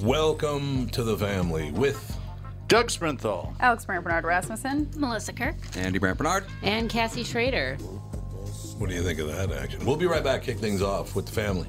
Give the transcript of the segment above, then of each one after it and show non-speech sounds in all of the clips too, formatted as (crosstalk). Welcome to the family with Doug Sprinthal. Alex Brandt Bernard Rasmussen. Melissa Kirk. Andy Brandt Bernard. And Cassie Schrader. What do you think of that action? We'll be right back, kick things off with the family.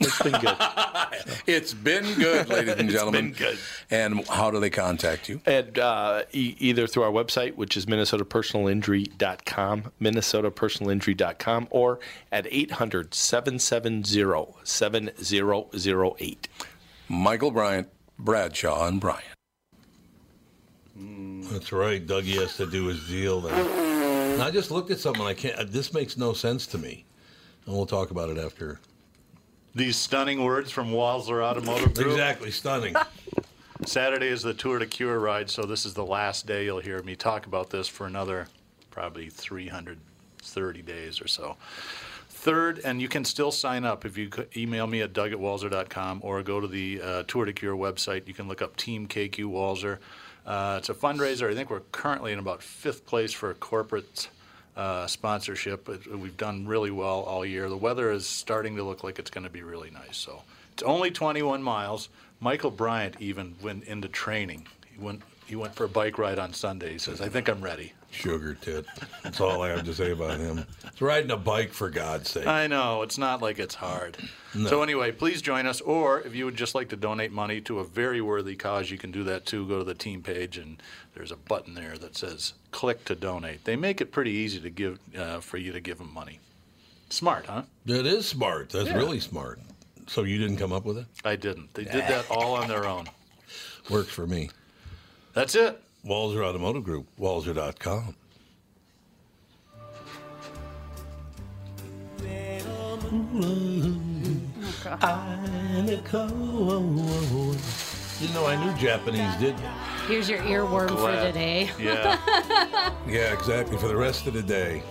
It's been good. (laughs) It's been good, (laughs) ladies and gentlemen. been good. And how do they contact you? And uh, e- either through our website, which is minnesotapersonalinjury.com, minnesotapersonalinjury.com, or at 800-770-7008. Michael Bryant, Bradshaw, and Bryant. Hmm. That's right. Dougie has to do his deal then. And I just looked at something. I can't. uh, This makes no sense to me. And we'll talk about it after. These stunning words from Walzer Automotive Group. Exactly. Stunning. (laughs) Saturday is the Tour to Cure ride, so this is the last day you'll hear me talk about this for another probably 330 days or so. Third, and you can still sign up if you c- email me at doug at walzer.com or go to the uh, Tour to Cure website. You can look up Team KQ Walzer. Uh, it's a fundraiser. I think we're currently in about fifth place for corporate uh, sponsorship. It- We've done really well all year. The weather is starting to look like it's going to be really nice. So it's only 21 miles. Michael Bryant even went into training. He went he went for a bike ride on Sunday. He says, "I think I'm ready." Sugar tit. That's all I have to say about him. It's riding a bike for God's sake. I know it's not like it's hard. So anyway, please join us. Or if you would just like to donate money to a very worthy cause, you can do that too. Go to the team page and there's a button there that says "Click to donate." They make it pretty easy to give uh, for you to give them money. Smart, huh? That is smart. That's really smart. So you didn't come up with it? I didn't. They did that all on their own. Works for me. That's it. Walzer Automotive Group, walzer.com. You know, I knew Japanese, didn't you? Here's your earworm Glad. for today. Yeah. (laughs) (laughs) Yeah, exactly. For the rest of the day.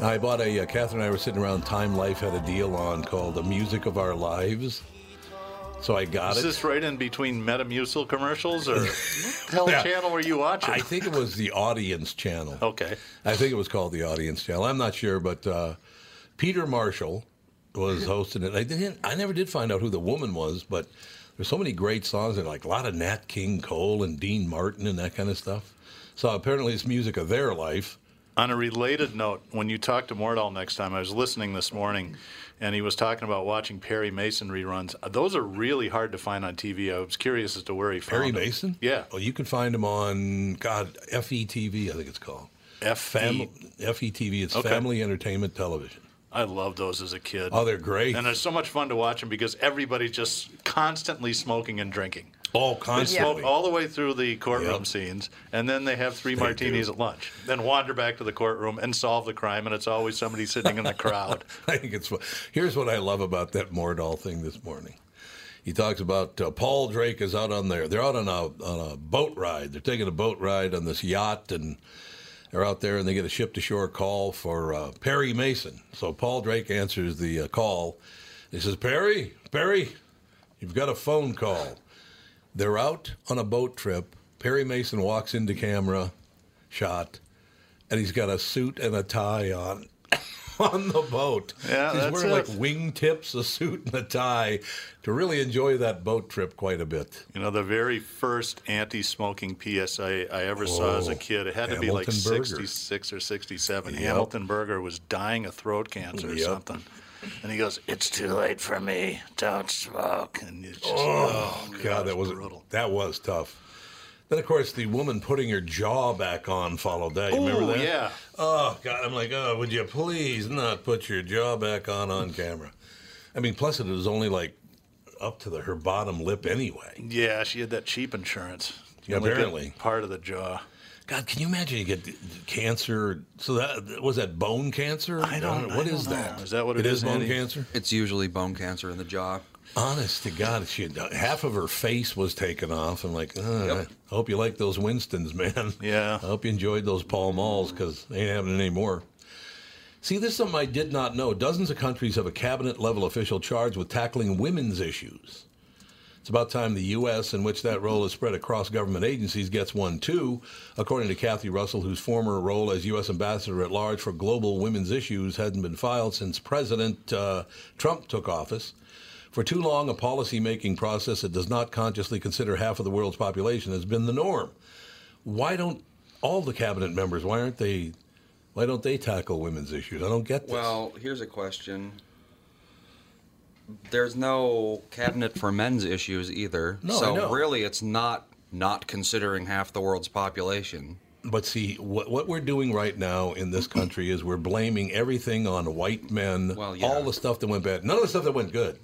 I bought a, uh, Catherine and I were sitting around, Time Life had a deal on called The Music of Our Lives. So I got Is it. this right in between Metamucil commercials or what the hell Yeah. channel were you watching? I think it was the audience channel. okay. I think it was called the audience channel. I'm not sure, but uh, Peter Marshall Mm-hmm. was hosting it. I didn't. I never did find out who the woman was, but there's so many great songs and like a lot of Nat King Cole and Dean Martin and that kind of stuff. So apparently, it's music of their life. On a related note, when you talk to Mordahl next time, I was listening this morning and he was talking about watching Perry Mason reruns. Those are really hard to find on TV. I was curious as to where he Perry found them. Mason. Yeah. Well, you can find him on God FETV. I think it's called FM. Fam- FETV. It's E Okay. Family Entertainment Television. I loved those as a kid. Oh, they're great. And it's so much fun to watch them because everybody's just constantly smoking and drinking. All They constantly. smoke all the way through the courtroom Yep. scenes, and then they have three martinis at lunch, then wander back to the courtroom and solve the crime, and it's always somebody sitting in the crowd. (laughs) I think it's. fu- Here's what I love about that Mordall thing this morning. He talks about uh, Paul Drake is out on there. They're out on a on a boat ride. They're taking a boat ride on this yacht, and they're out there, and they get a ship to shore call for uh, Perry Mason. So Paul Drake answers the uh, call. He says, "Perry, Perry, you've got a phone call." They're out on a boat trip. Perry Mason walks into camera, shot, and he's got a suit and a tie on. on the boat. Yeah, She's that's wearing it. like wingtips, a suit, and a tie to really enjoy that boat trip quite a bit. You know, the very first anti-smoking PSA I ever saw as a Whoa. kid, it had to be like Hamilton Burger. 66 or 67. Hamilton Berger was dying of throat cancer or Yep. something. And he goes, "It's too late for me. Don't smoke." And it's just Oh, God, that was brutal. that was tough. Then of course the woman putting her jaw back on followed that. You remember Ooh, that? yeah. Oh God, I'm like, oh, would you please not put your jaw back on on camera? I mean, plus it was only like up to the, her bottom lip anyway. Yeah, she had that cheap insurance. Yeah, Only good apparently. part of the jaw. God, can you imagine you get cancer? So that was that bone cancer. I don't- What I is don't know. that? Is that what it it is? is, bone Andy? cancer. It's usually bone cancer in the jaw. Honest to God, she half of her face was taken off. I'm like, "Ugh, Yep. I hope you like those Winstons, (laughs) man. Yeah. I hope you enjoyed those Pall Malls because they ain't having any more. See, this is something I did not know. Dozens of countries have a cabinet level official charged with tackling women's issues. It's about time the U.S., in which that role is spread across government agencies, gets one too, according to Kathy Russell, whose former role as U.S. Ambassador at Large for Global Women's Issues hadn't been filed since President uh, Trump took office. For too long, a policy making process that does not consciously consider half of the world's population has been the norm. Why don't all the cabinet members, why aren't they, why don't they tackle women's issues? I don't get this. Well, here's a question. There's no cabinet for men's issues either. No, I so know. really it's not not considering half the world's population. But see, what, what we're doing right now in this country is we're blaming everything on white men. Well, yeah. All the stuff that went bad, none of the stuff that went good.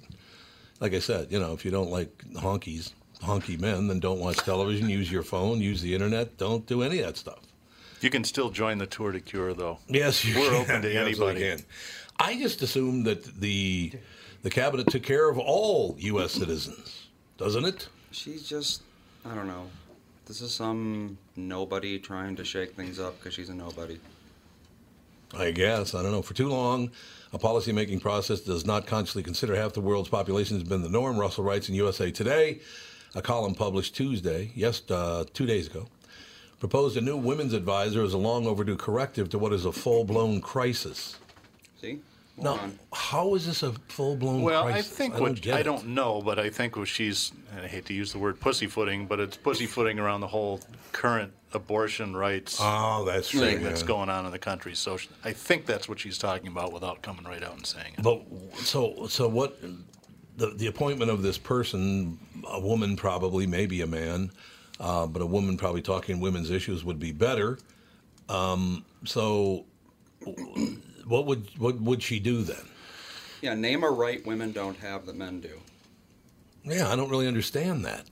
Like I said, you know, if you don't like honkies, honky men, then don't watch television, use your phone, use the internet, don't do any of that stuff. You can still join the Tour de Cure though. Yes, you We're can. open to You absolutely anybody. can. I just assumed that the the cabinet took care of all U.S. citizens, doesn't it? She's just I don't know. This is some nobody trying to shake things up because she's a nobody. I guess. I don't know. For too long, a policymaking process does not consciously consider half the world's population has been the norm, Russell writes in USA Today, a column published Tuesday, yes, uh, two days ago, proposed a new women's advisor as a long overdue corrective to what is a full blown crisis. See? Now, Moron. how is this a full blown Well, I crisis? think Oh, don't what get I it. don't know, but I think what she's and I hate to use the word pussyfooting, but it's pussyfooting around the whole current abortion rights Oh, that's thing right. that's yeah. going on in the country. So sh- I think that's what she's talking about without coming right out and saying it. But so so what? The the appointment of this person, a woman probably, maybe a man, uh, but a woman probably talking women's issues would be better. Um, so, what would what would she do then? Yeah, name a right women don't have that men do. Yeah, I don't really understand that.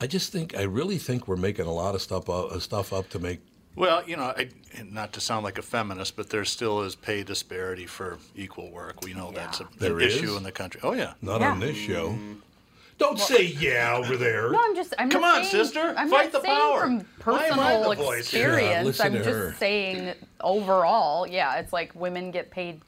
I just think I really think we're making a lot of stuff up, uh, stuff up to make. Well, you know, I, not to sound like a feminist, but there still is pay disparity for equal work. We know that's a, There an is? issue in the country. Oh yeah. Mm-hmm. Not Yeah. on this show. Don't say yeah over there. No, I'm just. I'm Come not on, saying- sister, I'm fight not the saying power. From Why am I personal the voice here? Yeah, experience, listen I'm to just her. saying overall. Yeah, it's like women get paid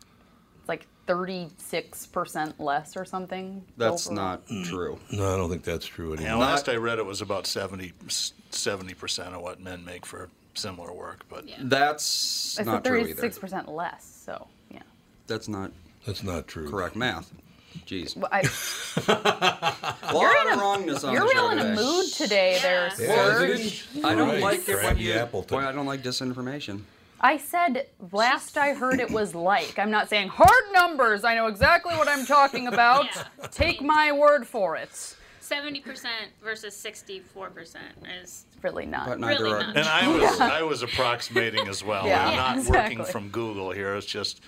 it's like 36 percent less or something. That's overall. not true. Mm. No, I don't think that's true anymore. Now, last I read, it was about 70 percent of what men make for similar work. But That's It's not true either. 36 percent less. So yeah. That's not That's not true. correct math. Jeez. Well, I, A lot of wrongness on you're the real show in a today. mood today, there, Yeah. Yeah, sir. isn't it? I don't Right, like it when Crabby you. Appleton. Boy, I don't like disinformation. I said last I heard it was like. I'm not saying hard numbers. I know exactly what I'm talking about. Yeah. Take my word for it. Seventy percent versus sixty-four percent is It's really not. But neither Really are. not. And (laughs) I was I was approximating as (laughs) well. Yeah. I'm Yeah, not working exactly. from Google here. It's just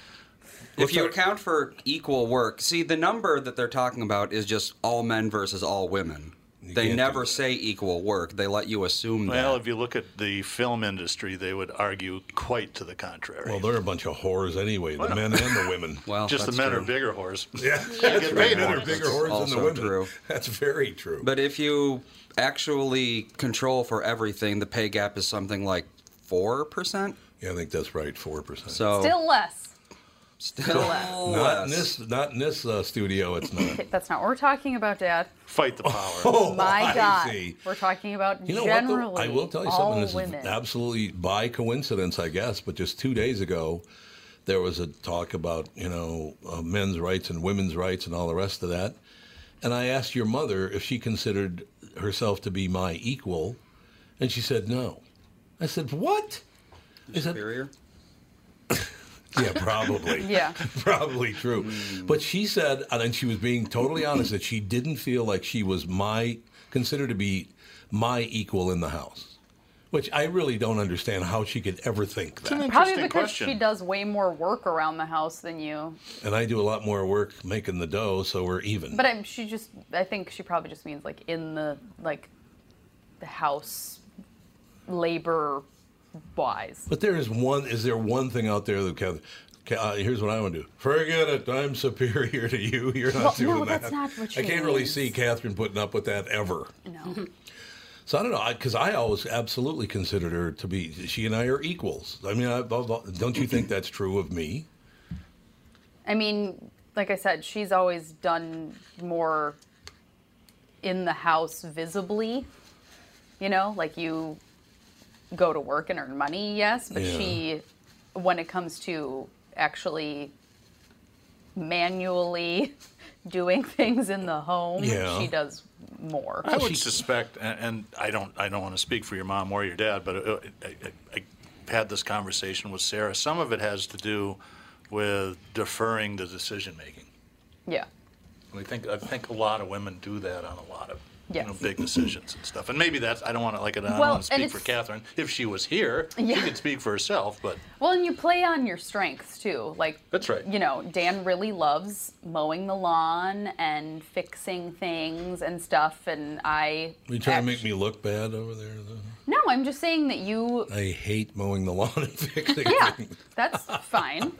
If you account for equal work, see the number that they're talking about is just all men versus all women. can't They do never that. say equal work. They let you assume well, that. if you look at the film industry, they would argue quite to the contrary. Well, they're a bunch of whores anyway, the men and the women. (laughs) Well, (laughs) just the that's men true. are bigger whores. (laughs) yeah, that's get right. paid men more. are bigger whores than the also women. true. (laughs) That's very true. But if you actually control for everything, the pay gap is something like four percent. yeah, I think that's right, four percent. So Still less. still Oh. less. Oh. not in less. this, not in this uh, studio. It's (laughs) not. That's not what we're talking about, Dad. Fight the power. (laughs) Oh, (laughs) My I God. see. We're talking about You know generally what? Though? I will tell you all something. This women. is absolutely by coincidence, I guess. But just two days ago, there was a talk about you know uh, men's rights and women's rights and all the rest of that. And I asked your mother if she considered herself to be my equal, and she said no. I said what? I said Superior. (laughs) yeah, probably. (laughs) Yeah. (laughs) probably true. But she said, and then she was being totally honest that she didn't feel like she was my considered to be my equal in the house, which I really don't understand how she could ever think that. Probably Interesting because question. she does way more work around the house than you. And I do a lot more work making the dough, so we're even. But I'm, she just, I think she probably just means like in the like the house labor wise. But there is one. Is there one thing out there that can? can- Uh, here's what I want to do. Forget it. I'm (laughs) superior to you. You're not Well, doing no, that. that's not what I she can't really means. see Catherine putting up with that ever. (laughs) No. So I don't know, because I, always absolutely considered her to be. She and I are equals. I mean, I, don't you think that's true of me? I mean, like I said, she's always done more in the house visibly. You know, like you go to work and earn money, yes, but Yeah. she, when it comes to actually manually (laughs) doing things in the home, Yeah. she does more. I would suspect, and, and I don't, I don't want to speak for your mom or your dad, but uh, I, I, I had this conversation with Sarah. Some of it has to do with deferring the decision making. Yeah. I think, I think a lot of women do that on a lot of. You know, Yes. big decisions and stuff, and maybe that's I don't want to like I don't Well, want to and speak for it's- Catherine. If she was here, she Yeah. could speak for herself. But Well, and you play on your strengths too. Like That's right. You know, Dan really loves mowing the lawn and fixing things and stuff, and I. Are you trying to make act- me look bad over there? though? No, I'm just saying that you. I hate mowing the (laughs) lawn and fixing Yeah, things. (laughs) that's fine.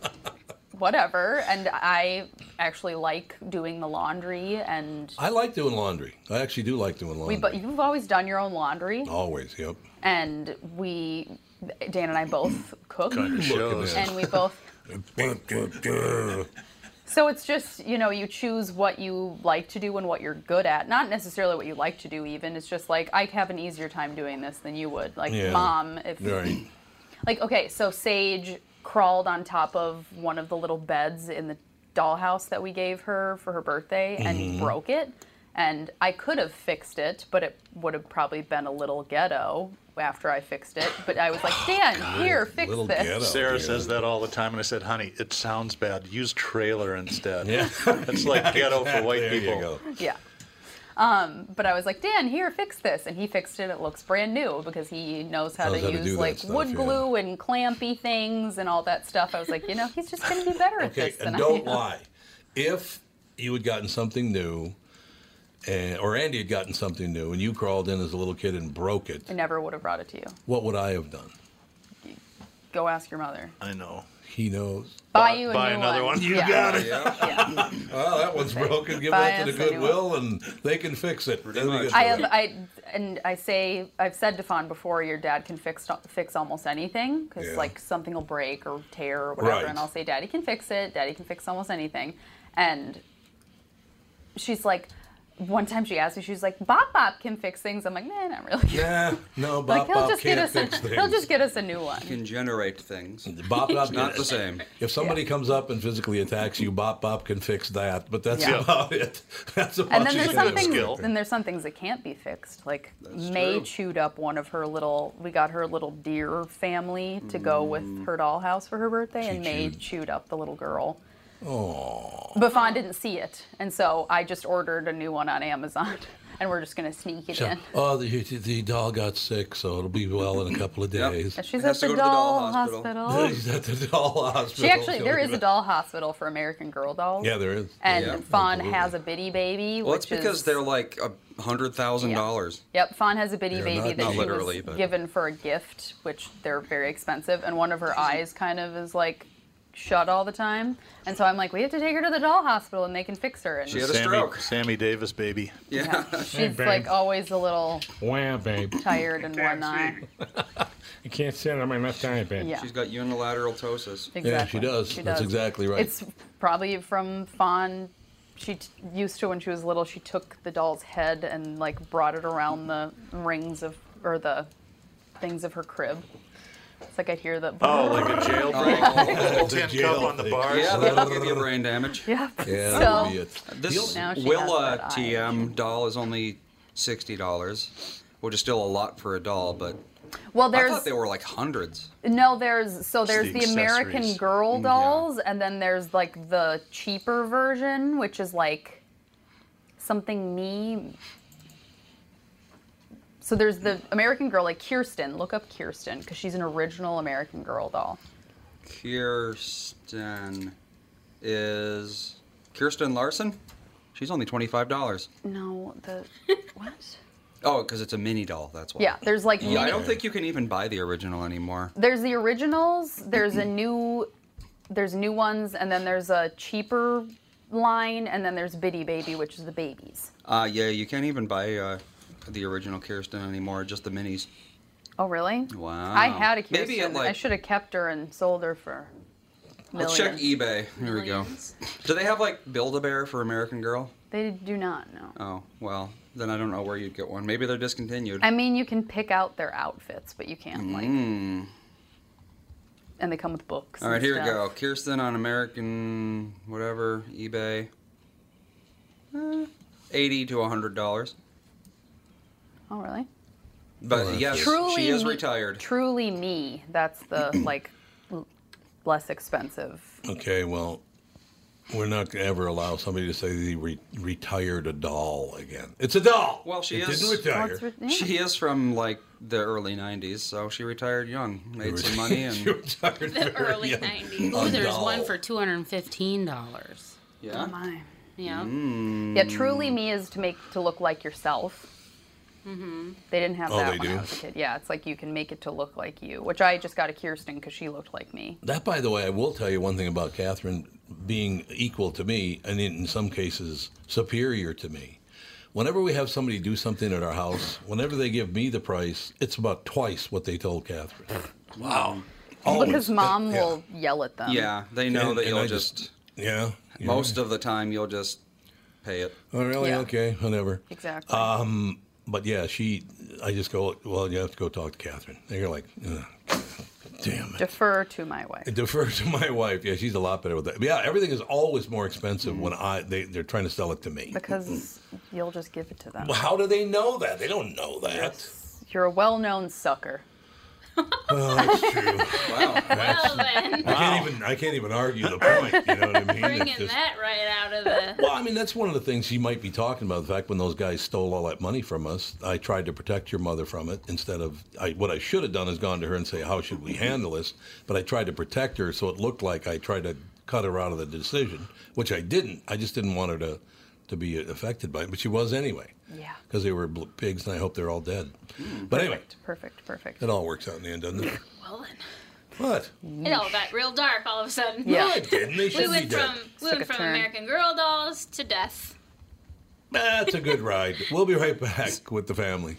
Whatever. And I actually like doing the laundry, and I like doing laundry. I actually do like doing laundry. we. But you've always done your own laundry, Always, yep. and we, Dan and I both cook, kind of shows. and we both. So it's just, you know, you choose what you like to do and what you're good at. Not necessarily what you like to do, even. It's just like, I have an easier time doing this than you would. Like, Yeah. mom, if. right. (laughs) Like, okay, so Sage crawled on top of one of the little beds in the dollhouse that we gave her for her birthday Mm-hmm. and broke it. And I could have fixed it, but it would have probably been a little ghetto after I fixed it. But I was like, Dan, here, fix Little this. ghetto. Sarah here. says that all the time, and I said, "Honey, it sounds bad. Use trailer (laughs) instead. Yeah. (laughs) It's like ghetto for white There people." you go. Yeah. Um, but I was like, Dan, here, fix this, and he fixed it. It looks brand new because he knows how Knows to how to use do that like stuff, wood yeah. glue and clampy things and all that stuff. I was like, you know, he's just gonna be better at Okay, this than and I don't am. lie. If you had gotten something new, and, or Andy had gotten something new, and you crawled in as a little kid and broke it, I never would have brought it to you. what would I have done? Go ask your mother. I know. He knows. Buy you a buy new (laughs) another one. You Yeah. got it. Yeah. Yeah. Well, that one's broken. Give Buy that to the us a new Goodwill, and they can fix it. Then we much. get I to have. that. I and I say I've said to Fawn before, your dad can fix fix almost anything because Yeah. like something will break or tear or whatever, Right. and I'll say, Daddy can fix it. Daddy can fix almost anything, and she's like. One time she asked me, she was like, "Bop Bop can fix things." I'm like, "Nah, not really." Nah, (laughs) no, like Bop he'll Bop just get can't us a fix things. he'll just get us a new one. Can generate things. Bop Bop. Not the same. If somebody comes up and physically attacks you, Bop Bop can fix that. But that's Yeah. about it. (laughs) That's about And then it. there's she's got a some things. skill. Then there's some things that can't be fixed. Like May true. chewed up one of her little. We got her little deer family to go Mm. with her dollhouse for her birthday, and May chewed. chewed up the little girl. Oh. But Fawn didn't see it, and so I just ordered a new one on Amazon, (laughs) and we're just gonna sneak it So- in. oh, the, the doll got sick, so it'll be well in a couple of (laughs) Yep. days. And She's Has at to the go to the doll doll (laughs) hospital. (laughs) hospital. She's at the doll (laughs) hospital. She actually, there is a doll. doll hospital for American Girl dolls. Yeah, there is. And Yeah, Fawn absolutely. has a bitty baby. Well, which it's because is, they're like a hundred thousand dollars. Yep, Fawn has a bitty Yeah, baby not- that not she literally, was but- given for a gift, which they're very expensive, and one of her eyes kind of is like shut all the time, and so I'm like, we have to take her to the doll hospital and they can fix her, and She had a Sammy, stroke. Sammy Davis, baby. Yeah. (laughs) she's like always a little Wow, babe. tired and whatnot. You can't sit on my left eye, babe. Yeah, She's got unilateral ptosis. exactly. Yeah, she does. That's exactly right. It's probably from Fawn. She t- used to when she was little. She took the doll's head and like brought it around the rings of or the things of her crib. It's like I hear the. Oh, like a Oh, jailbreak. Tin cup on the bars. Yeah, (laughs) that'll give you brain damage. yeah. Yeah, so, that would be it. This Now she has Willa that TM doll is only sixty dollars, which is still a lot for a doll, but (laughs) Well, I there's thought they were like hundreds. no, there's so there's the the, American accessories. Mm, Girl dolls, and then there's like the cheaper version, which is like something me. So there's the American Girl, like Kirsten. Look up Kirsten because she's an original American Girl doll. Kirsten is Kirsten Larson. She's only twenty five dollars. No, (laughs) the what? Oh, because it's a mini doll. That's why. Yeah, there's like Yeah, I mini- don't think you can even buy the original anymore. there's the originals there's (clears throat) a new there's new ones and then there's a cheaper line and then there's biddy baby which is the babies Uh, yeah, you can't even buy uh, the original Kirsten anymore. Just the minis. oh really Wow. i had a kirsten Maybe at, i like- should have kept her and sold her for millions. Let's check eBay. Here we go. Millions. Do they have like Build a Bear for American Girl? they do not know Oh, well, then I don't know where you'd get one. Maybe they're discontinued. i mean you can pick out their outfits but you can't Mm-hmm. like and they come with books Mm. All right, and here we go. stuff. Kirsten on American, whatever, eBay. Eh, 80 to $100. oh really But Uh, yes, truly she is me, retired. truly me that's (clears throat) the like l- less expensive Okay, well, we're not gonna ever allow somebody to say they re- retired a doll again. It's a doll. Well, she it is- didn't retire. That's what- yeah. She is from like the early 90s, so she retired young, made (laughs) some money, she and retired The very early young. 90s. A Ooh, there's doll. one for two hundred and fifteen dollars. oh yeah. Mm. my Yeah. Yeah, truly me is to make to look like yourself. They didn't have Oh, that they when do? I was a kid. Yeah, it's like you can make it to look like you, which I just got a Kirsten because she looked like me. That, by the way, I will tell you one thing about Catherine being equal to me, and in some cases superior to me. Whenever we have somebody do something at our house, whenever they give me the price, it's about twice what they told Catherine. Wow. because mom yeah. will yell at them. Yeah, they know And- that and you'll I just, just- Yeah. you're most right. of the time, you'll just pay it. Oh, really? Yeah. Okay. Whatever. Exactly. Um, But yeah, she. I just go. Well, you have to go talk to Catherine. And you're like, "Ugh, damn it. Defer to my wife. Defer to my wife. Yeah, she's a lot better with that. But yeah, everything is always more expensive when I they, they're trying to sell it to me. Because you'll just give it to them. Well, how do they know that? They don't know that. You're a well known sucker. Well, that's (laughs) true. Wow. Well (laughs) then, I can't even I can't even argue the point. You know what I mean? It's bringing just- that right out of (laughs) the. Well, I mean, that's one of the things he might be talking about. The fact when those guys stole all that money from us, I tried to protect your mother from it instead of I, what I should have done is gone to her and say, "How should we handle this?" But I tried to protect her, so it looked like I tried to cut her out of the decision, which I didn't. I just didn't want her to to be affected by it, but she was anyway. Yeah. Because they were bl- pigs, and I hope they're all dead. But anyway, Hmm, Perfect, perfect. it all works out in the end, doesn't it? Well then. What? It all got real dark all of a sudden. Yeah. It didn't. They should We be went dead. from we Took went a from turn. American Girl dolls to death. That's a good ride. We'll be right back with the family.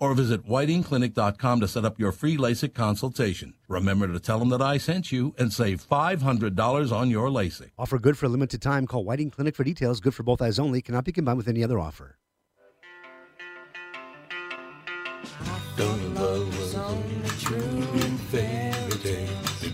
or visit whitingclinic.com to set up your free LASIK consultation. Remember to tell them that I sent you and save $500 on your LASIK. Offer good for a limited time. Call Whiting Clinic for details. Good for both eyes only. Cannot be combined with any other offer.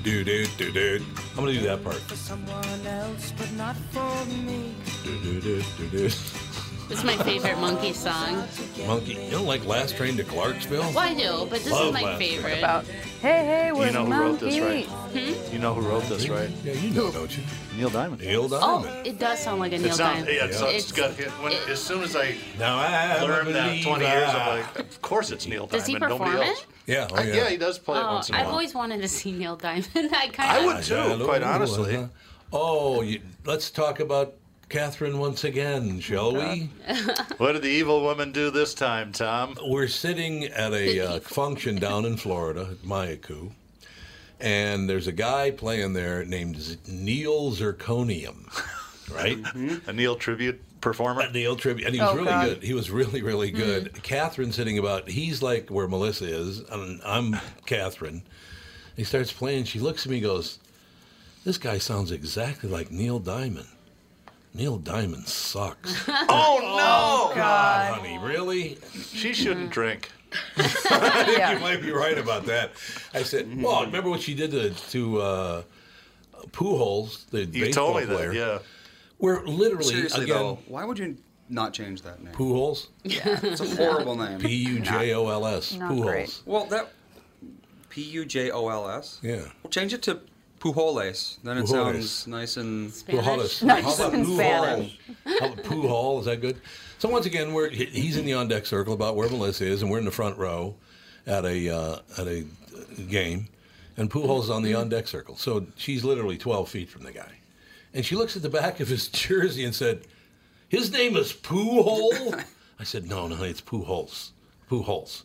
I'm going to do that part. For someone else, but not for me. This is my favorite monkey song. Monkey, you don't like Last Train to Clarksville? Well, I do, but this Love is my Last Train. favorite. About- Hey, hey, You we're know who wrote this, monkey. right? Hmm? You know who wrote this, right? Yeah, you know, don't you? Neil Diamond. Neil Oh, it does sound like a Neil It sounds, Diamond. yeah, it sounds, It's- got hit. When, as soon as I now I learned that 20 years, I'm believer. like, of course it's Neil Diamond. Does he Nobody perform else. it? Yeah, oh, I- yeah. yeah, he does play it Oh, once in a I've while. always wanted to see Neil Diamond. (laughs) I kind I of would too, quite honestly. Oh, you, let's talk about Catherine once again, shall we? (laughs) What did the evil woman do this time, Tom? We're sitting at a uh, function down in Florida, at Mayaku, and there's a guy playing there named Z- Neil Zirconium, (laughs) right? A Neil tribute performer. A Neil tribute, and he was Mm-hmm. Oh, really God. Mm. good. He was really, really good. Catherine's sitting about. He's like where Melissa is, and I'm Catherine. He starts playing. She looks at me, and goes, "This guy sounds exactly like Neil Diamond. Neil Diamond sucks." (laughs) Oh, no! God, honey, really? She shouldn't drink. (laughs) I think you might be right about that. I Mm-hmm. said, well, remember what she did to, to uh, Pujols, the You baseball told me that, player? yeah. We're literally Seriously again, though, why would you not change that name? Pujols, Yeah, it's a horrible name. P U J O L S, Not Pujols. great. Well, that P U J O L S. Yeah. Well, change it to Pujoles. Then it Pujoles. sounds nice and Pujols. How about Pujols? How about Pujol? Is that good? So once again, we're he- he's in the on deck circle about where Melissa is, and we're in the front row at a uh, at a uh, game, and Pujols is on Mm-hmm. the on deck circle. So she's literally twelve feet from the guy, and she looks at the back of his (laughs) jersey and said, "His name is (laughs) Pujol." I said, "No, no, it's Pujols. Pujols."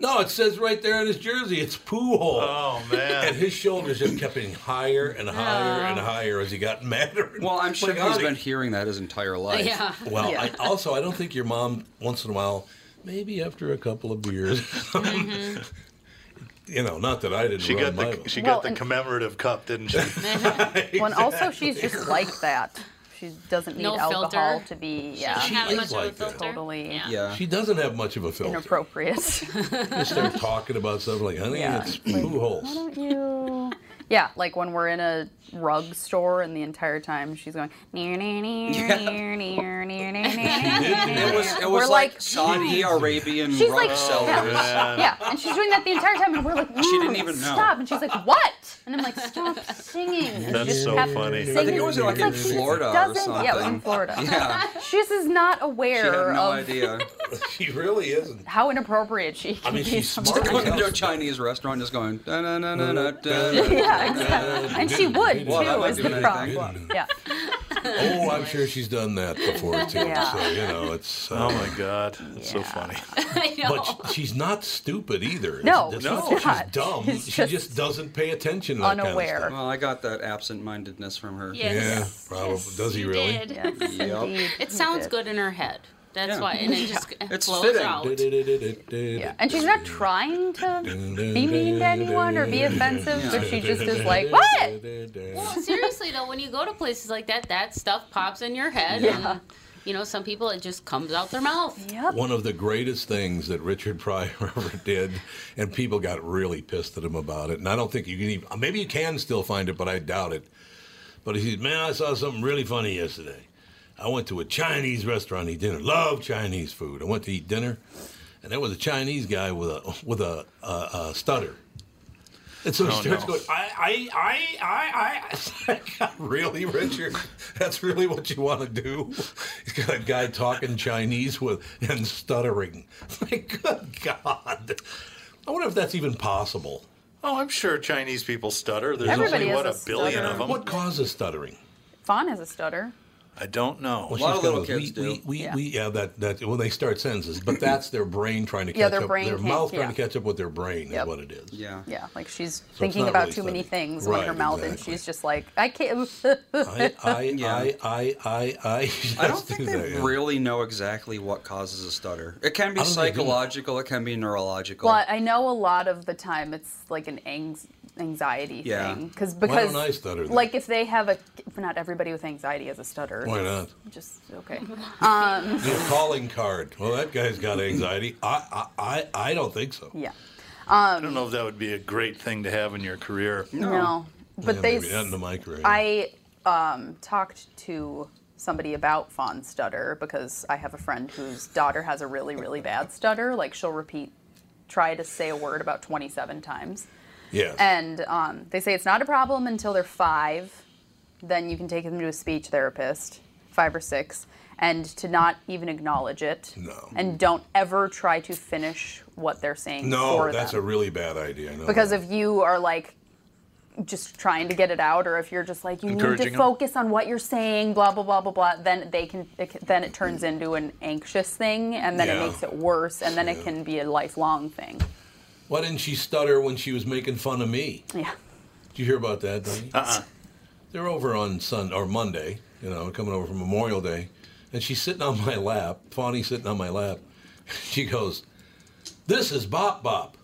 No, it says right there on his jersey, it's Pujols. Oh, man. And his shoulders just kept getting higher and higher and higher as he got (laughs) madder. Well, I'm sure Like, he's honey, been hearing that his entire life. Yeah. well, Yeah. I, also, I don't think your mom, once in a while, maybe after a couple of beers, (laughs) you know, not that I didn't. She run got my, the she Mm-hmm. Well, got the and- commemorative cup, (laughs) didn't she? Well, and also she's (laughs) just like that. She doesn't need No alcohol filter. to be yeah. She Have is much of a like that. filter. Totally Yeah. She doesn't have much of a filter. inappropriate. (laughs) Just start talking about stuff like, honey, Yeah. it's poo Why (laughs) holes. don't you? Yeah, like when we're in a rug store and the entire time she's going (laughs) near near near near near near near It was, near. it We're was like like Saudi Arabian she's rug like sellers. yeah, yeah, and she's doing that the entire time, and we're like, She didn't "Mom, even know. stop, and she's like, what? And I'm like, stop singing. And she That's just so kept funny. singing. I think it was, like, in she just Florida or doesn't- Yeah, it was in something. Florida. (laughs) (laughs) Yeah. she just is not aware She had no of (laughs) idea. she really isn't. how inappropriate she can I mean, be she's sometimes. smart. Going into a Chinese restaurant, just going da na na na na da. Yeah, exactly. (laughs) And she would Well, that too. might Is be the nice. problem? Yeah. Oh, I'm sure she's done that before too. Yeah. So you know, it's. Uh, oh my God, it's so funny. (laughs) I know. But sh- she's not stupid either. No, That's No. not- not. she's dumb. She's she just just, doesn't pay attention to that unaware. Kind of stuff. Well, I got that absent-mindedness from her. Yeah, probably. (laughs) Does he you really? did. Yep. it sounds good in her head. That's Yeah. why, and it just (laughs) It's flows fitting. out. Yeah, and she's not trying to be mean to anyone or be offensive, but she just is like, what? Well, seriously though, when you go to places like that, that stuff pops in your head, Yeah. and you know some people it just comes out their mouth. Yep. One of the greatest things that Richard Pryor (laughs) ever did, and people got really pissed at him about it. And I don't think you can even, uh, maybe you can still find it, but I doubt it. But he said, Man, I saw something really funny yesterday. I went to a Chinese restaurant to eat dinner. Love Chinese food. I went to eat dinner, and there was a Chinese guy with a with a, a, a stutter. And so he Oh, starts no. going, I, I, I, I, I. really, Richard? That's really what you want to do? He's got a guy talking Chinese with and stuttering. Like, good God. I wonder if that's even possible. Oh, I'm sure Chinese people stutter. There's Everybody only has what a a billion stutter. of them. What causes stuttering? Fawn has a stutter. I don't know. Well, she's got those- we, We, we, yeah. we, yeah, that, that, well, they start sentences, but that's their brain trying to catch Yeah, their up. brain their can't- mouth trying to yeah. catch up with their brain Yep. is what it is. Yeah. Yeah, like she's it's thinking not about really too many study. things Right, with her mouth, and she's just like, I can't. (laughs) I, (laughs) I, I, I, I, I, (laughs) I don't think they really know exactly what causes a stutter. It can I be don't think they do. psychological, it can be neurological. well, I know a lot of the time it's like an ang- anxiety Yeah. thing, because Why because don't I stutter then? like if they have a, not everybody with anxiety has a stutter. Why not? Just okay. (laughs) Um, Your calling card. Well, that guy's (laughs) got anxiety. I, I, I, I don't think so. yeah. I Um, don't know if that would be a great thing to have in your career. No. (laughs) No. But Yeah, they maybe not in the my career. I um, talked to somebody about Fawn's stutter because I have a friend whose daughter has a really, really bad stutter. Like she'll repeat, try to say a word about 27 times. Yeah. And um, they say it's not a problem until they're five. Then you can take them to a speech therapist, five or six, and to not even acknowledge it. No. And don't ever try to finish what they're saying No, for that's them. a really bad idea. I know Because that. if you are like just trying to get it out, or if you're just like you need to Encouraging 'em. focus on what you're saying, blah blah blah blah blah, then they can it, can- then it turns into an anxious thing, and then Mm. Yeah. it makes it worse, and then it can be a lifelong thing. Why didn't she stutter when she was making fun of me? Yeah. Did you hear about that? Uh uh They're over on Sun or Monday, you know, coming over for Memorial Day, and she's sitting on my lap. Fawny's sitting on my lap. (laughs) She goes, "This is Bop Bop.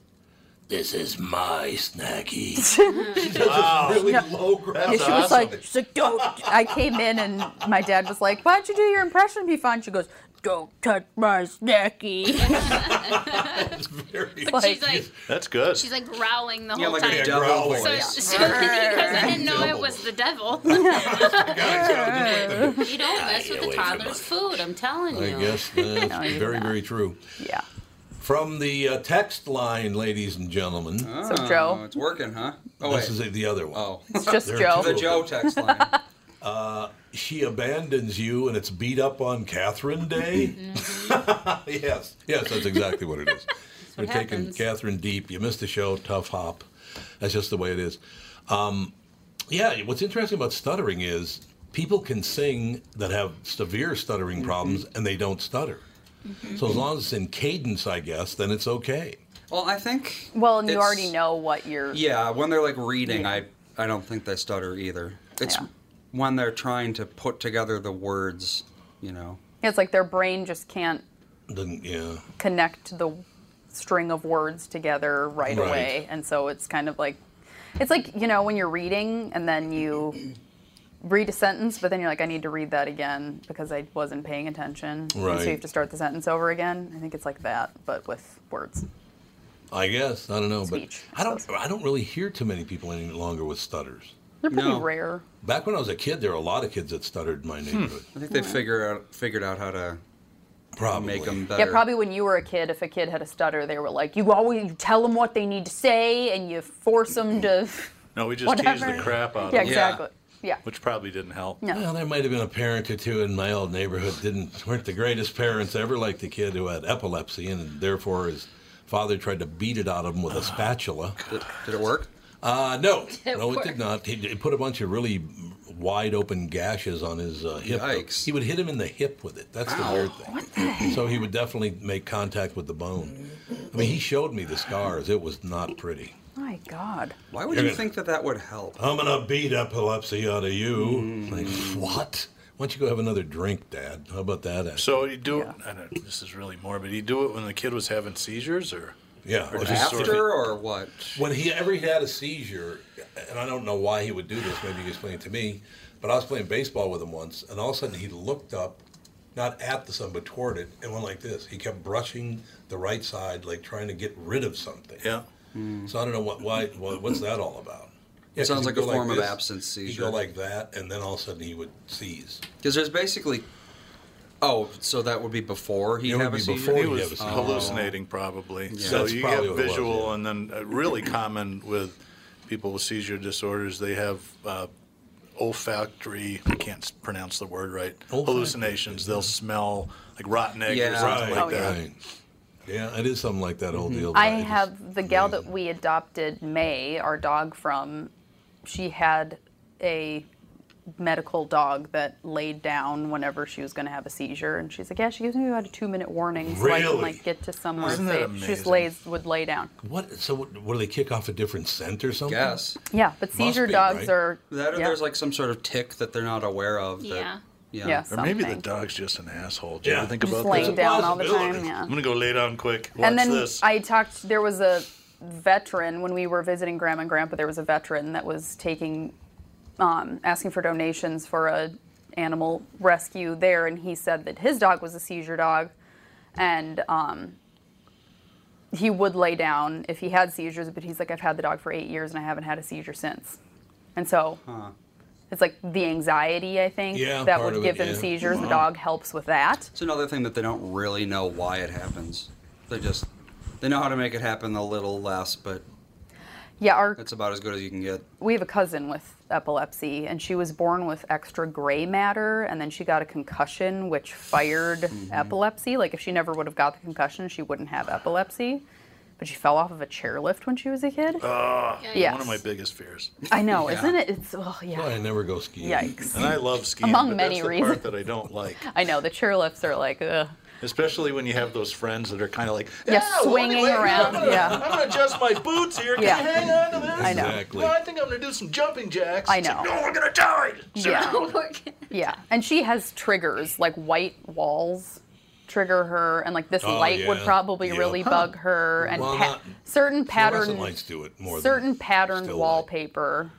This is my (laughs) snacky." she does this Wow. really No. low growl. and she was like, she's like, don't. I came in and my dad was like, why'd you do your impression, be fun? She goes, don't touch my snacky. But she's like, That's good. she's like growling the Yeah, whole like a time. devil Yeah, So, voice. so (laughs) because I didn't know it was the (laughs) devil. you don't mess with the away from toddler's food. I'm telling you. (laughs) I (laughs) guess that's No, you very, don't. very true. Yeah. From the uh, text line, ladies and gentlemen. So, Joe. Ah, it's working, huh? Oh, this wait. is the other one. (laughs) Oh, It's just Joe. The Joe text line. (laughs) uh, she abandons you, and it's beat up on Catherine (laughs) Day. (laughs) yes, yes, that's exactly what it is. We're what taking happens. Catherine deep. You missed the show, tough hop. That's just the way it is. Um, yeah, what's interesting about stuttering is people can sing that have severe stuttering problems, Mm-hmm. and they don't stutter. So as long as it's in cadence, I guess, then it's okay. Well, I think. Well, and you It's- already know what you're. Yeah, when they're like reading, I I don't think they stutter either. It's Yeah. when they're trying to put together the words, you know. It's like their brain just can't Then yeah. connect the string of words together right, Right. away. And so it's kind of like, it's like, you know, when you're reading and then you read a sentence, but then you're like, I need to read that again because I wasn't paying attention. And so Right. you have to start the sentence over again. I think it's like that, but with words. I guess I don't know, but I don't. I don't really hear too many people any longer with stutters. They're pretty No. Hmm. rare. Back when I was a kid, there were a lot of kids that stuttered in my neighborhood. I think they figure out figured out how to probably make them better. Yeah, probably when you were a kid, if a kid had a stutter, they were like, you always you tell them what they need to say and you force them to. No, we just whatever. teased the crap out Yeah, of them. exactly. Yeah. Which probably didn't help. No. Well, there might have been a parent or two in my old neighborhood didn't weren't the greatest parents ever, like the kid who had epilepsy, and therefore his father tried to beat it out of him with a spatula. Ah. Did, did it work? Uh, no, (laughs) Did it no, it work? did not. He, he put a bunch of really wide open gashes on his uh, hip. Yikes. He would hit him in the hip with it. That's the weird thing. So he would definitely make contact with the bone. I mean, he showed me the scars. It was not pretty. My God. Why would You're you gonna- think that that would help? I'm gonna beat epilepsy out of you. Mm. Like what? Why don't you go have another drink, Dad? How about that? Actually? So you do it. I don't, this is really morbid. You do it when the kid was having seizures, or Yeah, or well, just sort of- or what? When he ever he had a seizure, and I don't know why he would do this. Maybe you can explain it to me. But I was playing baseball with him once, and all of a sudden he looked up, not at the sun but toward it, and went like this. He kept brushing the right side, like trying to get rid of something. Yeah. So I don't know what why what, what's that all about. It sounds 'cause like he'd a go form of this, absence He'd seizure. go like that, and then all of a sudden he would seize. Because there's basically. Oh, so that would be before he It would have a be seizure. before he was hallucinating probably. Yeah. So That's you probably get what it was, visual, and then uh, really common with people with seizure disorders, they have uh, olfactory. I can't s- pronounce the word right. Hallucinations. They'll smell like rotten eggs or Yeah. something Right, like that. right. Yeah, it is something like that old deal. Oh, Mm-hmm. I but just- have the gal that we adopted May, our dog from. She had a medical dog that laid down whenever she was going to have a seizure, and she's like, "Yeah, she gives me about a two-minute warning, so I can Really? like get to somewhere Isn't that safe." She just amazing? lays would lay down. What? So, what, what do they kick off a different scent or something? Yes. Yeah, but seizure dogs are That or yeah. there's like some sort of tick that they're not aware of. That, Yeah. Yeah. Yeah, Or maybe the something. dog's just an asshole. Do you ever think Just about laying this? down all the time, yeah. I'm gonna go lay down quick. Watch and then this. I talked. There was a veteran when we were visiting Grandma and Grandpa. There was a veteran that was taking, um, asking for donations for a animal rescue there, and he said that his dog was a seizure dog, and um, he would lay down if he had seizures. But he's like, I've had the dog for eight years, and I haven't had a seizure since, and so. Huh. It's like the anxiety, I think, Yeah, that part would of give it, him yeah. Uh-huh. seizures. The Wow. dog helps with that. It's another thing that they don't really know why it happens. They just they know how to make it happen a little less, but Yeah, our that's about as good as you can get. We have a cousin with epilepsy, and she was born with extra gray matter, and then she got a concussion, which fired epilepsy. Like, if she never would have got the concussion, she wouldn't have epilepsy. But she fell off of a chairlift when she was a kid. Ah, Yes. One of my biggest fears. I know, isn't it? It's, oh, yeah. I never go skiing. Yikes. And I love skiing. Among but many that's the reasons. part that I don't like, I know, the chairlifts are like, ugh. especially when you have those friends that are kind of like, Yeah, swinging around. (laughs) (laughs) I'm Yeah. gonna adjust my boots here. Can Yeah. you hang on to this? I know. Exactly. No, I think I'm gonna do some jumping jacks. I It's know. like, no, we're gonna die. (laughs) Yeah. Yeah, and she has triggers like white walls trigger her, and like this Oh, light would yeah. probably Yep. really Huh. bug her, and Well, pa- not- certain Fluorescent pattern lights do it more. certain patterned still light. wallpaper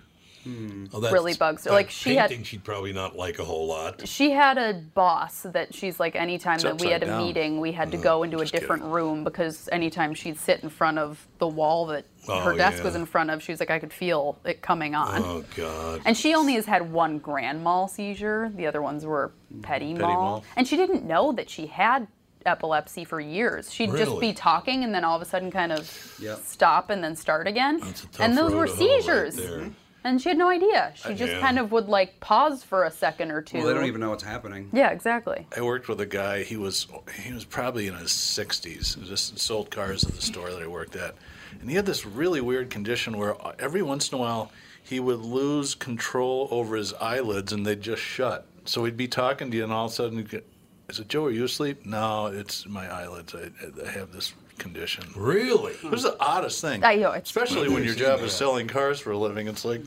Hmm. than, oh, really bugs her. that Like she had painting she'd probably not like a whole lot. she had a boss that she's like anytime It's that we had a upside down. Mm, meeting we had to go into a different room because anytime she'd sit in front of the wall that Oh, her desk yeah. was in front of she was like i could feel it coming on Oh God. and she only has had one grand mal seizure. The other ones were petty, Petit mal. mal. And she didn't know that she had epilepsy for years. She'd just Really? be talking and then all of a sudden kind of Yep. stop and then start again. and tough those were road to hoe right seizures. Mm-hmm. there. and she had no idea. She Uh, just yeah. kind of would like pause for a second or two. Well, they don't even know what's happening. Yeah, exactly. I worked with a guy. He was he was probably in his 60s. He Just sold cars at the store that I worked at, and he had this really weird condition where uh, every once in a while he would lose control over his eyelids and they'd just shut. So he'd be talking to you, and all of a sudden, he'd get, I said, "Joe, are you asleep?" No, it's my eyelids. I, I have this condition. Really? It was the oddest thing. I know, it's- Especially I've never when your seen job that. is selling cars for a living. It's like.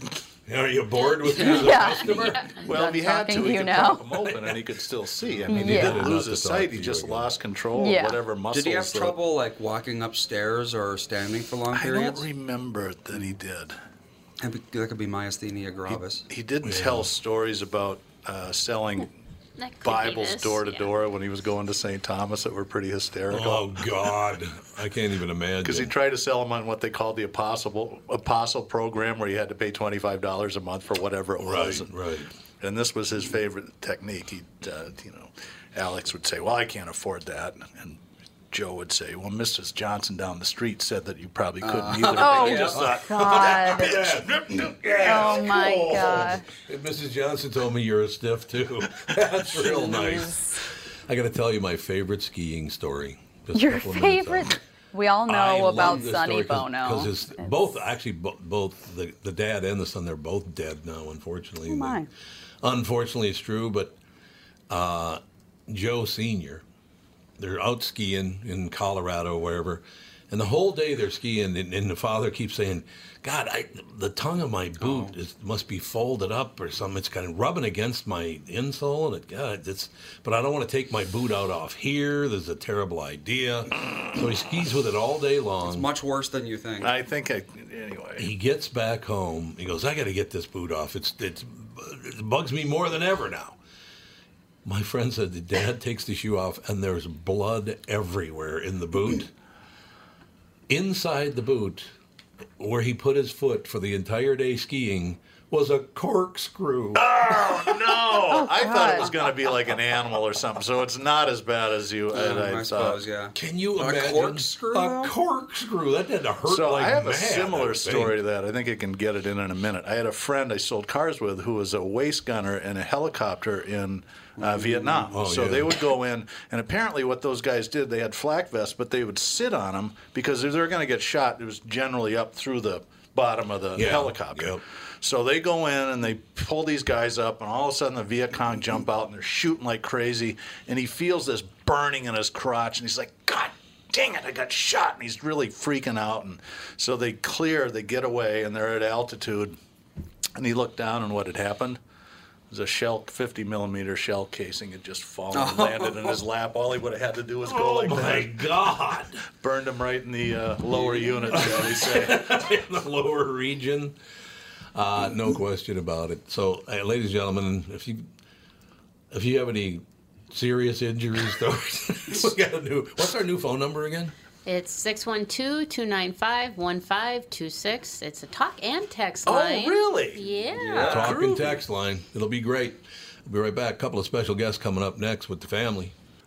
Are you bored (laughs) with me as a Yeah. customer? Well, if he Done had talking to, to he you could now. pop them open and he could still see. I mean, Yeah. he didn't Not lose to his talk sight. to He you just lost control Yeah. of Oh, whatever muscles. Did he have that- trouble like walking upstairs or standing for long I periods? don't remember that he did. That could be- that could be myasthenia gravis. He did tell stories about (laughs) uh, selling That could be Bibles this, door to yeah. door when he was going to St. Thomas that were pretty hysterical. Oh, (laughs) God. I can't even imagine. Because he tried to sell them on what they called the apostle apostle program, where you had to pay twenty five dollars a month for whatever it was. Right, and, right. And this was his favorite technique. He, uh, you know, Alex would say, "Well, I can't afford that," and Joe would say, "Well, Mrs. Johnson down the street said that you probably couldn't Uh, either." but (laughs) Oh, you just yeah. (laughs) thought, God. "Bitch." (laughs) Oh, my Cool. God. And Mrs. Johnson told me you're a stiff too. (laughs) (laughs) That's real nice. I got to tell you my favorite skiing story. Just uh, a Your couple of minutes on favorite. We all know about Sonny Bono. Because both, actually, bo- both the, the dad and the son, they're both dead now, unfortunately. Oh, my. Unfortunately, it's true, but uh, Joe Sr., they're out skiing in Colorado, wherever, and the whole day they're skiing, and, and the father keeps saying, God, I, the tongue of my boot Oh. is, must be folded up or something. It's kind of rubbing against my insole, and it, God, it's, but I don't want to take my boot out off here. This is a terrible idea. so he skis with it all day long. It's much worse than you think. I think I, anyway. He gets back home. He goes, I got to get this boot off. It's, it's, it bugs me more than ever now. My friend said the dad takes the shoe off and there's blood everywhere in the boot. Inside the boot, where he put his foot for the entire day skiing, was a corkscrew. Ah! (laughs) No, Oh, I thought it was going to be like an animal or something. So it's not as bad as you. and I, I thought. suppose, yeah. Can you A imagine corkscrew, A corkscrew that had to hurt so like I have a mad, similar I think. story to that. I think I can get it in in a minute. I had a friend I sold cars with who was a waste gunner in a helicopter in uh, Vietnam. Oh, so yeah. they would go in, and apparently what those guys did, they had flak vests, but they would sit on them because if they were going to get shot, it was generally up through the bottom of the Yeah, helicopter. So they go in and they pull these guys up, and all of a sudden the Viet Cong jump out and they're shooting like crazy. And he feels this burning in his crotch, and he's like, God dang it, I got shot. And he's really freaking out. And so they clear, they get away, and they're at altitude. And he looked down, and what had happened? It was a shell, 50 millimeter shell casing had just (laughs) fallen and landed in (laughs) his lap. All he would have had to do was go Oh like my that. God! Burned him right in the uh, lower unit, shall we say. (laughs) in the lower region. Uh, no question about it. So, uh, ladies and gentlemen, if you if you have any serious injuries, (laughs) stories, we got a new. What's our new phone number again? It's 612 295 1526. It's a talk and text line. Oh, really? Yeah. Talk and text line. It'll be great. We'll be right back. A couple of special guests coming up next with the family.